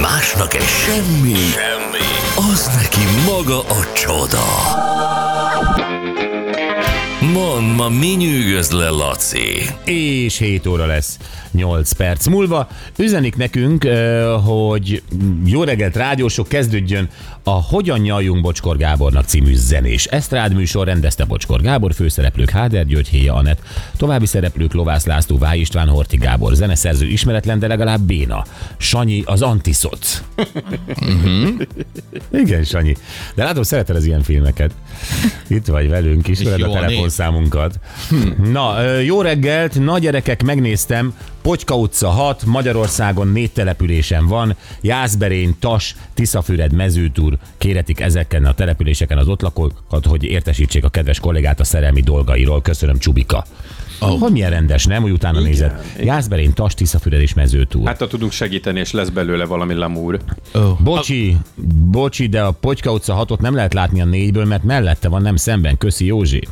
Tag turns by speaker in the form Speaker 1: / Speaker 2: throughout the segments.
Speaker 1: másnak egy semmi, semmi, az neki maga a csoda. Mond, ma mi nyűgöz le, Laci?
Speaker 2: és 7 óra lesz 8 perc múlva. Üzenik nekünk, ö, hogy jó reggelt rádiósok, kezdődjön a Hogyan nyaljunk Bocskor Gábornak című zenés esztrádműsor, rendezte Bocskor Gábor, főszereplők Háder György, Héja Anett, további szereplők Lovász László, Váj István, Horti Gábor, zeneszerző ismeretlen, de legalább Béna, Sanyi az Antiszot. Igen, Sanyi. De látom, szeretel az ilyen filmeket. Itt vagy velünk, ismered a Hm.
Speaker 3: jól néz.
Speaker 2: telefonszámunkat. Na, ö, jó reggelt, nagy gyerekek, megnéztem, Pocska utca 6, Magyarországon négy településen van, Jászberény, Tas, Tiszafüred, Mezőtúr, kéretik ezeken a településeken az ott lakókat, hogy értesítsék a kedves kollégát a szerelmi dolgairól. Köszönöm, Csubika. Oh. Hogy milyen rendes, nem? Hogy utána igen, nézed. Jászberény, Tas, Tiszafüred és Mezőtúr. Hát,
Speaker 4: Hát ha tudunk segíteni, és lesz belőle valami lamúr.
Speaker 2: bocsi, bocsi, de a Pocska utca 6-ot nem lehet látni a négyből, mert mellette van, nem szemben. Köszi, Józsi.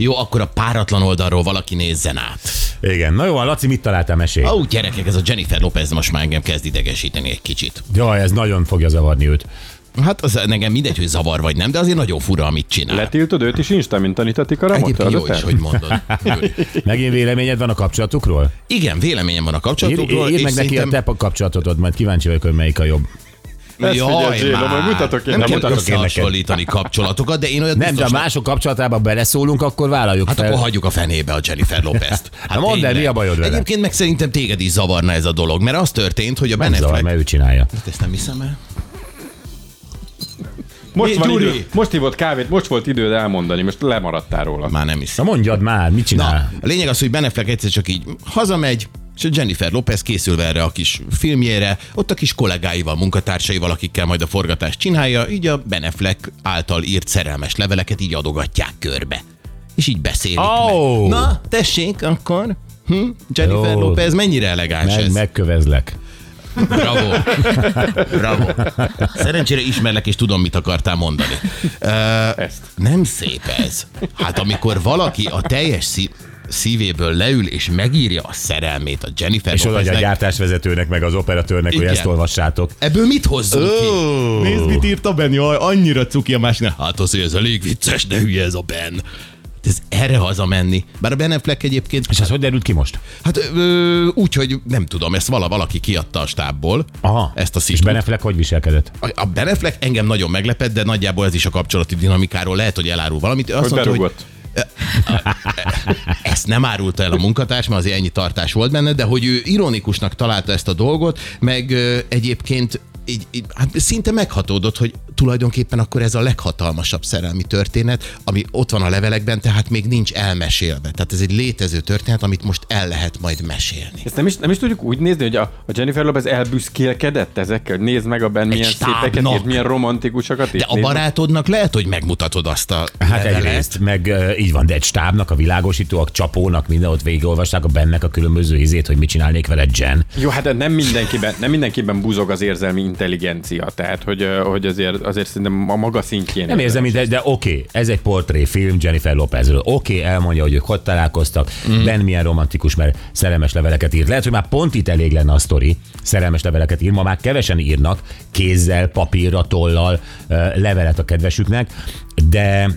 Speaker 3: Jó, akkor a páratlan oldalról valaki nézzen át.
Speaker 2: Igen, na jó, van, Laci, mit találtál mesélj?
Speaker 3: Ó, gyerekek, ez a Jennifer Lopez most már engem kezd idegesíteni egy kicsit.
Speaker 2: Jaj, ez nagyon fogja zavarni őt.
Speaker 3: Hát az nekem mindegy, hogy zavar vagy nem, de azért nagyon fura, amit csinál.
Speaker 4: Letiltod őt is Instán, mint tanítatik a ramot?
Speaker 3: Egyébként jó
Speaker 4: Adott el?
Speaker 3: is, hogy mondod. Júli.
Speaker 2: Megint véleményed van a kapcsolatukról?
Speaker 3: Igen, véleményem van a
Speaker 2: Ír,
Speaker 3: kapcsolatokról.
Speaker 2: írd
Speaker 3: és
Speaker 2: meg neki a te
Speaker 3: szerintem-
Speaker 2: kapcsolatodod, majd kíváncsi vagyok, hogy melyik a jobb.
Speaker 4: Ezt figyeld,
Speaker 3: Jaj,
Speaker 4: Zsilla, majd mutatok én
Speaker 3: már.
Speaker 4: neked.
Speaker 3: Nem kell
Speaker 2: Mutatok én neked.
Speaker 3: összehasonlítani kapcsolatokat, de én olyat
Speaker 2: Nem, de
Speaker 3: biztos
Speaker 2: a mások kapcsolatába beleszólunk, akkor vállaljuk
Speaker 3: Hát
Speaker 2: fel.
Speaker 3: akkor hagyjuk a fenébe a Jennifer Lopez-t.
Speaker 2: Na Hát mondd el,
Speaker 3: tényleg.
Speaker 2: mi a bajod vele?
Speaker 3: Egyébként meg szerintem téged is zavarna ez a dolog, mert az történt, hogy a Ben
Speaker 2: Nem zavar,
Speaker 3: Affleck...
Speaker 2: mert ő csinálja.
Speaker 3: Ezt nem hiszem el.
Speaker 4: Most, van
Speaker 3: Gyuri!
Speaker 4: idő, most hívott kávét, most volt időd elmondani, most lemaradtál róla.
Speaker 3: Már nem
Speaker 2: Na
Speaker 3: hiszem.
Speaker 2: mondjad már, mit
Speaker 3: Na,
Speaker 2: csinál?
Speaker 3: a lényeg az, hogy Ben Affleck egyszer csak így hazamegy, és a Jennifer Lopez készülve erre a kis filmjére, ott a kis kollégáival, munkatársaival, akikkel majd a forgatást csinálja, így a Ben Affleck által írt szerelmes leveleket így adogatják körbe. És így beszélik
Speaker 2: Ó!
Speaker 3: meg. Na, tessék, akkor... Hm? Jennifer
Speaker 2: Jó.
Speaker 3: Lopez mennyire elegáns
Speaker 2: Meg,
Speaker 3: ez?
Speaker 2: megkövezlek.
Speaker 3: Bravo. Bravo. Szerencsére ismerlek, és tudom, mit akartál mondani. Uh,
Speaker 4: Ezt.
Speaker 3: nem szép ez. Hát amikor valaki a teljes szí- szívéből leül, és megírja a szerelmét a Jennifer
Speaker 2: És odaadja a
Speaker 3: Lopeznek,
Speaker 2: gyártásvezetőnek, meg az operatőrnek, hogy
Speaker 3: Igen.
Speaker 2: ezt olvassátok.
Speaker 3: ebből mit hozzunk ki?
Speaker 5: Nézd, mit írta Ben, jaj, annyira cuki a másiknál.
Speaker 3: Hát az, hogy ez elég vicces, de hülye ez a Ben. De Ez erre hazamenni. Bár a Ben Affleck egyébként,
Speaker 2: És ez hogy derült ki most?
Speaker 3: hát ö, úgy, hogy nem tudom, ezt vala, valaki kiadta a stábból,
Speaker 2: Aha.
Speaker 3: ezt a
Speaker 2: És
Speaker 3: szitut.
Speaker 2: Beneflek hogy viselkedett?
Speaker 3: A- A Ben Affleck engem nagyon meglepett, de nagyjából ez is a kapcsolati dinamikáról lehet, hogy elárul valamit. Ő Azt
Speaker 4: Hogy
Speaker 3: mondta, hogy
Speaker 4: berúgott.
Speaker 3: ezt nem árulta el a munkatárs, mert azért ennyi tartás volt benne, de hogy ő ironikusnak találta ezt a dolgot, meg ö, egyébként így, így, hát szinte meghatódott, hogy tulajdonképpen akkor ez a leghatalmasabb szerelmi történet, ami ott van a levelekben, tehát még nincs elmesélve. Tehát ez egy létező történet, amit most el lehet majd mesélni.
Speaker 4: Ezt nem is, nem is tudjuk úgy nézni, hogy a, a Jennifer Lopez elbüszkélkedett ezekkel. Nézd meg a Ben milyen
Speaker 3: stábnak.
Speaker 4: szépeket írt, milyen romantikusakat
Speaker 3: De
Speaker 4: írt.
Speaker 3: a barátodnak lehet, hogy megmutatod azt a
Speaker 2: Hát
Speaker 3: levelet.
Speaker 2: egyrészt, meg ö, így van, de egy stábnak, a világosító, a csapónak, minden ott végigolvasták a bennek a különböző izét, hogy mit csinálnék vele Jen.
Speaker 4: Jó, hát de nem mindenkiben, nem mindenkiben buzog az érzelmi intelligencia, tehát hogy, ö, hogy azért, azért szerintem a maga szintjén.
Speaker 2: Nem
Speaker 4: ez-
Speaker 2: érzem ide, de oké, okay, ez egy portréfilm Jennifer Lopezről. Oké, okay, elmondja, hogy ők hogy találkoztak, mm. Ben milyen romantikus, mert szerelmes leveleket írt. Lehet, hogy már pont itt elég lenne a sztori, szerelmes leveleket ír, ma már kevesen írnak kézzel, papírra, tollal ö, levelet a kedvesüknek, de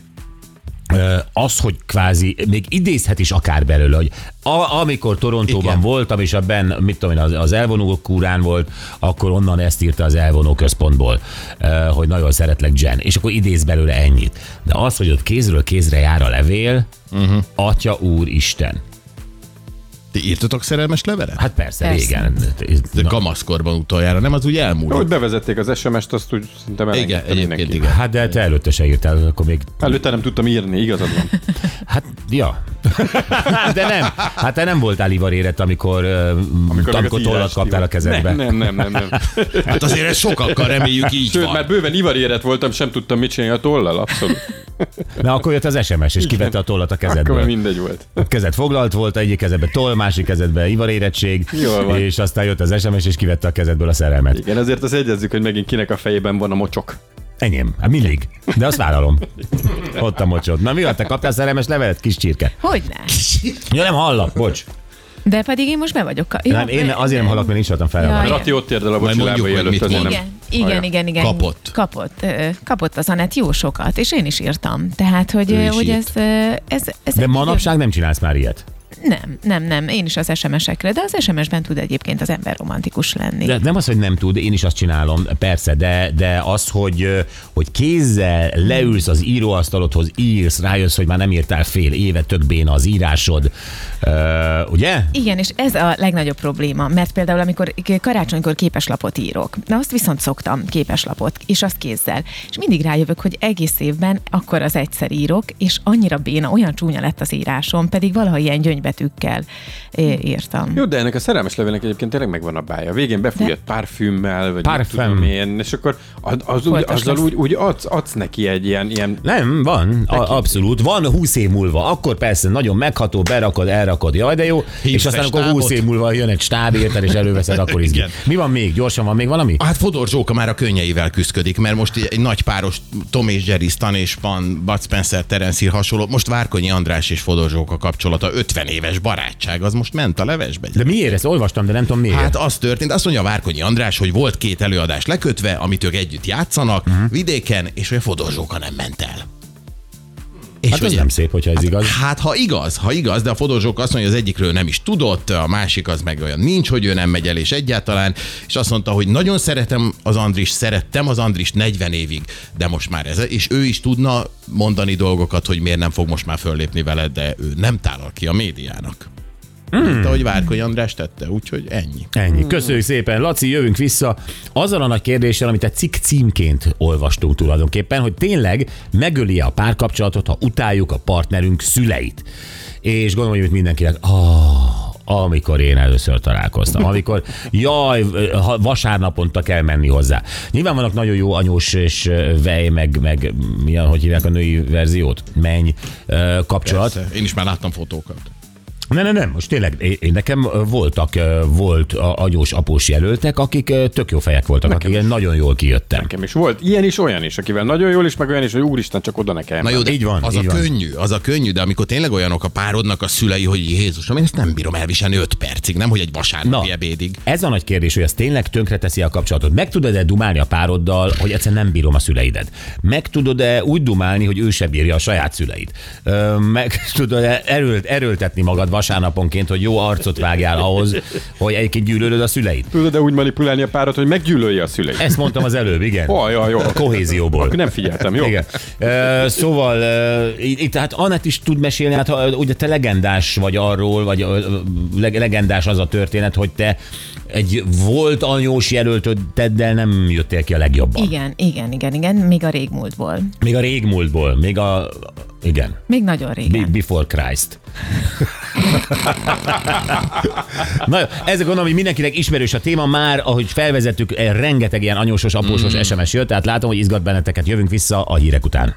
Speaker 2: ö, az, hogy kvázi, még idézhet is akár belőle, hogy a, amikor Torontóban
Speaker 3: Igen.
Speaker 2: voltam, és a Ben, mit tudom én, az, az elvonó kúrán volt, akkor onnan ezt írta az elvonó központból, ö, hogy nagyon szeretlek Jen, és akkor idéz belőle ennyit. De az, hogy ott kézről kézre jár a levél, uh-huh. Atya Úr Isten.
Speaker 3: Ti írtatok szerelmes levelet?
Speaker 2: Hát persze,
Speaker 6: Persze.
Speaker 2: régen.
Speaker 3: De kamaszkorban utoljára, nem az úgy elmúlt.
Speaker 4: Hogy bevezették az SMS-t, azt úgy szerintem elengedte
Speaker 3: igen, egyébként
Speaker 4: mindenki.
Speaker 3: igen.
Speaker 2: Hát de te előtte se írtál, akkor még...
Speaker 4: Előtte nem tudtam írni, igazad van.
Speaker 2: Hát, ja. De nem. Hát te nem voltál ivarérett, amikor, amikor,
Speaker 4: meg
Speaker 2: amikor
Speaker 4: az
Speaker 2: tollat
Speaker 4: írást
Speaker 2: kaptál a
Speaker 4: írott.
Speaker 2: kezedbe.
Speaker 4: Nem, nem, nem, nem. nem.
Speaker 3: Hát azért ezt sokakkal reméljük így
Speaker 4: Sőt,
Speaker 3: van.
Speaker 4: már bőven ivarérett voltam, sem tudtam mit csinálni a tollal, abszolút.
Speaker 2: Na, akkor jött az SMS, és kivette a tollat a
Speaker 4: Akkor már
Speaker 2: kezedből.
Speaker 4: mindegy volt.
Speaker 2: A kezed foglalt volt, egyik kezedbe toll, másik kezedbe ivarérettség,
Speaker 4: Jól van.
Speaker 2: és aztán jött az SMS, és kivette a kezedből a szerelmet.
Speaker 4: Igen, azért azt egyezzük, hogy megint kinek a fejében van a mocsok.
Speaker 2: Enyém, hát mindig. De azt vállalom. Ott a mocsod. Na mi volt, te kaptál szerelmes levelet, kis csirke?
Speaker 6: Hogy ne?
Speaker 2: Ja, nem hallak, bocs.
Speaker 6: De pedig én most be vagyok. Jó,
Speaker 2: Nem, én azért nem halak, mert nincs rajtam fel.
Speaker 6: Jaj.
Speaker 2: Ja.
Speaker 4: Rati ott térdel a
Speaker 3: Majd mondjuk,
Speaker 4: bocsilába
Speaker 3: hogy
Speaker 4: előtt.
Speaker 3: mit
Speaker 4: azért
Speaker 3: mond.
Speaker 4: nem-
Speaker 6: Igen, igen,
Speaker 4: Aja.
Speaker 6: igen, igen.
Speaker 3: Kapott.
Speaker 6: Kapott, ö, kapott az Anett jó sokat, és én is írtam. Tehát, hogy,
Speaker 3: Ő
Speaker 6: ö,
Speaker 3: is
Speaker 6: hogy ez,
Speaker 3: írt.
Speaker 6: ö, ez, ez...
Speaker 2: De manapság nem csinálsz már ilyet.
Speaker 6: Nem, nem, nem. Én is az SMS-ekre, de az SMS-ben tud egyébként az ember romantikus lenni.
Speaker 2: De nem az, hogy nem tud, én is azt csinálom, persze, de, de az, hogy, ö, hogy kézzel leülsz az íróasztalodhoz, írsz, rájössz, hogy már nem írtál fél éve, tök béna az írásod, Ö, ugye?
Speaker 6: Igen, és ez a legnagyobb probléma, mert például amikor karácsonykor képeslapot írok, na azt viszont szoktam képeslapot, és azt kézzel, és mindig rájövök, hogy egész évben akkor az egyszer írok, és annyira béna, olyan csúnya lett az írásom, pedig valaha ilyen gyöngybetűkkel é, írtam.
Speaker 4: Jó, de ennek a szerelmes levélnek egyébként tényleg megvan a bája. Végén befújott parfümmel, vagy mit
Speaker 2: Parfüm.
Speaker 4: tudom én, és akkor az, az úgy,
Speaker 6: Foltos
Speaker 4: azzal
Speaker 6: lesz.
Speaker 4: úgy, úgy adsz, adsz neki egy ilyen, ilyen
Speaker 2: Nem, van, a, abszolút. Van 20 év múlva, akkor persze nagyon megható, berakod, elrakod, jaj de jó,
Speaker 3: Hívsz
Speaker 2: és aztán
Speaker 3: egy
Speaker 2: akkor
Speaker 3: stábot?
Speaker 2: 20 év múlva jön egy stáb, érted, és előveszed, akkor izgi.
Speaker 3: Igen.
Speaker 2: Mi van még? Gyorsan van még valami?
Speaker 3: Hát Fodor Zsóka már a könnyeivel küzdik, mert most egy nagy páros Tom és Jerry, Stan és Pan, Bud Spencer, Terence Hill hasonló. Most Várkonyi András és Fodor Zsóka kapcsolata, 50 éves barátság, az most ment a levesbe.
Speaker 2: De miért? Ezt olvastam, de nem tudom miért.
Speaker 3: Hát az történt, azt mondja Várkonyi András, hogy volt két előadás lekötve, amit ők együtt játszanak,
Speaker 2: Mhm.
Speaker 3: uh-huh. vidéken, és hogy a Fodor Zsóka nem ment el. És
Speaker 2: hát ez
Speaker 3: ugye-
Speaker 2: nem szép, hogyha ez igaz.
Speaker 3: Hát ha igaz, ha igaz, de a fotózsók azt mondja, hogy az egyikről nem is tudott, a másik az meg olyan nincs, hogy ő nem megy el, és egyáltalán, és azt mondta, hogy nagyon szeretem az Andris, szerettem az Andris 40 évig, de most már ez, és ő is tudna mondani dolgokat, hogy miért nem fog most már föllépni veled, de ő nem tálal ki a médiának. Hmm. Mint ahogy Várkony András tette, úgyhogy ennyi.
Speaker 2: Ennyi. Köszönjük szépen, Laci, jövünk vissza azzal a nagy kérdéssel, amit egy cikk címként olvastunk tulajdonképpen, hogy tényleg megöli a párkapcsolatot, ha utáljuk a partnerünk szüleit. És gondolom, hogy itt mindenkinek, ah, amikor én először találkoztam, amikor jaj, ha- vasárnaponta kell menni hozzá. Nyilván vannak nagyon jó anyós és ö, vej, meg, meg mi a, hogy hívják a női verziót? Menny ö, kapcsolat.
Speaker 3: Én is már láttam fotókat.
Speaker 2: Nem, nem, nem, most tényleg, én- én nekem ö, voltak, ö, volt a- agyós após jelöltek, akik ö, tök jó fejek voltak, akik én nagyon jól kijöttem.
Speaker 4: nekem is volt. Ilyen is, olyan is, akivel nagyon jól is, meg olyan is, hogy úristen, csak oda nekem.
Speaker 3: Na jó, de
Speaker 2: Így van,
Speaker 3: az
Speaker 2: így
Speaker 3: a
Speaker 2: van.
Speaker 3: könnyű, az a könnyű, de amikor tényleg olyanok a párodnak a szülei, hogy Jézusom, én ezt nem bírom elviselni 5 percig, nem hogy egy vasárnapi
Speaker 2: Na.
Speaker 3: ebédig.
Speaker 2: Ez a nagy kérdés, hogy ez tényleg tönkreteszi a kapcsolatot. Meg tudod-e dumálni a pároddal, hogy egyszerűen nem bírom a szüleidet? Meg tudod-e úgy dumálni, hogy ő se bírja a saját szüleit? Ö, Meg tudod-e erőlt, erőltetni magad vasárnaponként, hogy jó arcot vágjál ahhoz, hogy egyébként gyűlölöd a szüleid?
Speaker 4: Tudod-e úgy manipulálni a párat, hogy meggyűlölje a szüleit?
Speaker 3: E-
Speaker 2: Ezt mondtam az előbb, igen.
Speaker 4: Jaj, jaj, jó.
Speaker 2: A kohézióból.
Speaker 4: Akkor nem figyeltem, jó?
Speaker 2: Igen. Ö, Szóval, ö, itt itt hát Anett is tud mesélni, hát ha, ö, ugye te legendás vagy arról, vagy ö, ö, leg- legendás az a történet, hogy te egy volt anyós jelöltöddel nem jöttél ki a legjobban.
Speaker 6: Igen, igen, igen, igen, még a régmúltból.
Speaker 2: Még a régmúltból, még a... Igen.
Speaker 6: Még nagyon régen.
Speaker 2: Be- Before Christ. Na jó, ezek gondolom, hogy mindenkinek ismerős a téma már, ahogy felvezettük, eh, rengeteg ilyen anyósos, apósos mm. SMS jött, tehát látom, hogy izgat benneteket. Jövünk vissza a hírek után.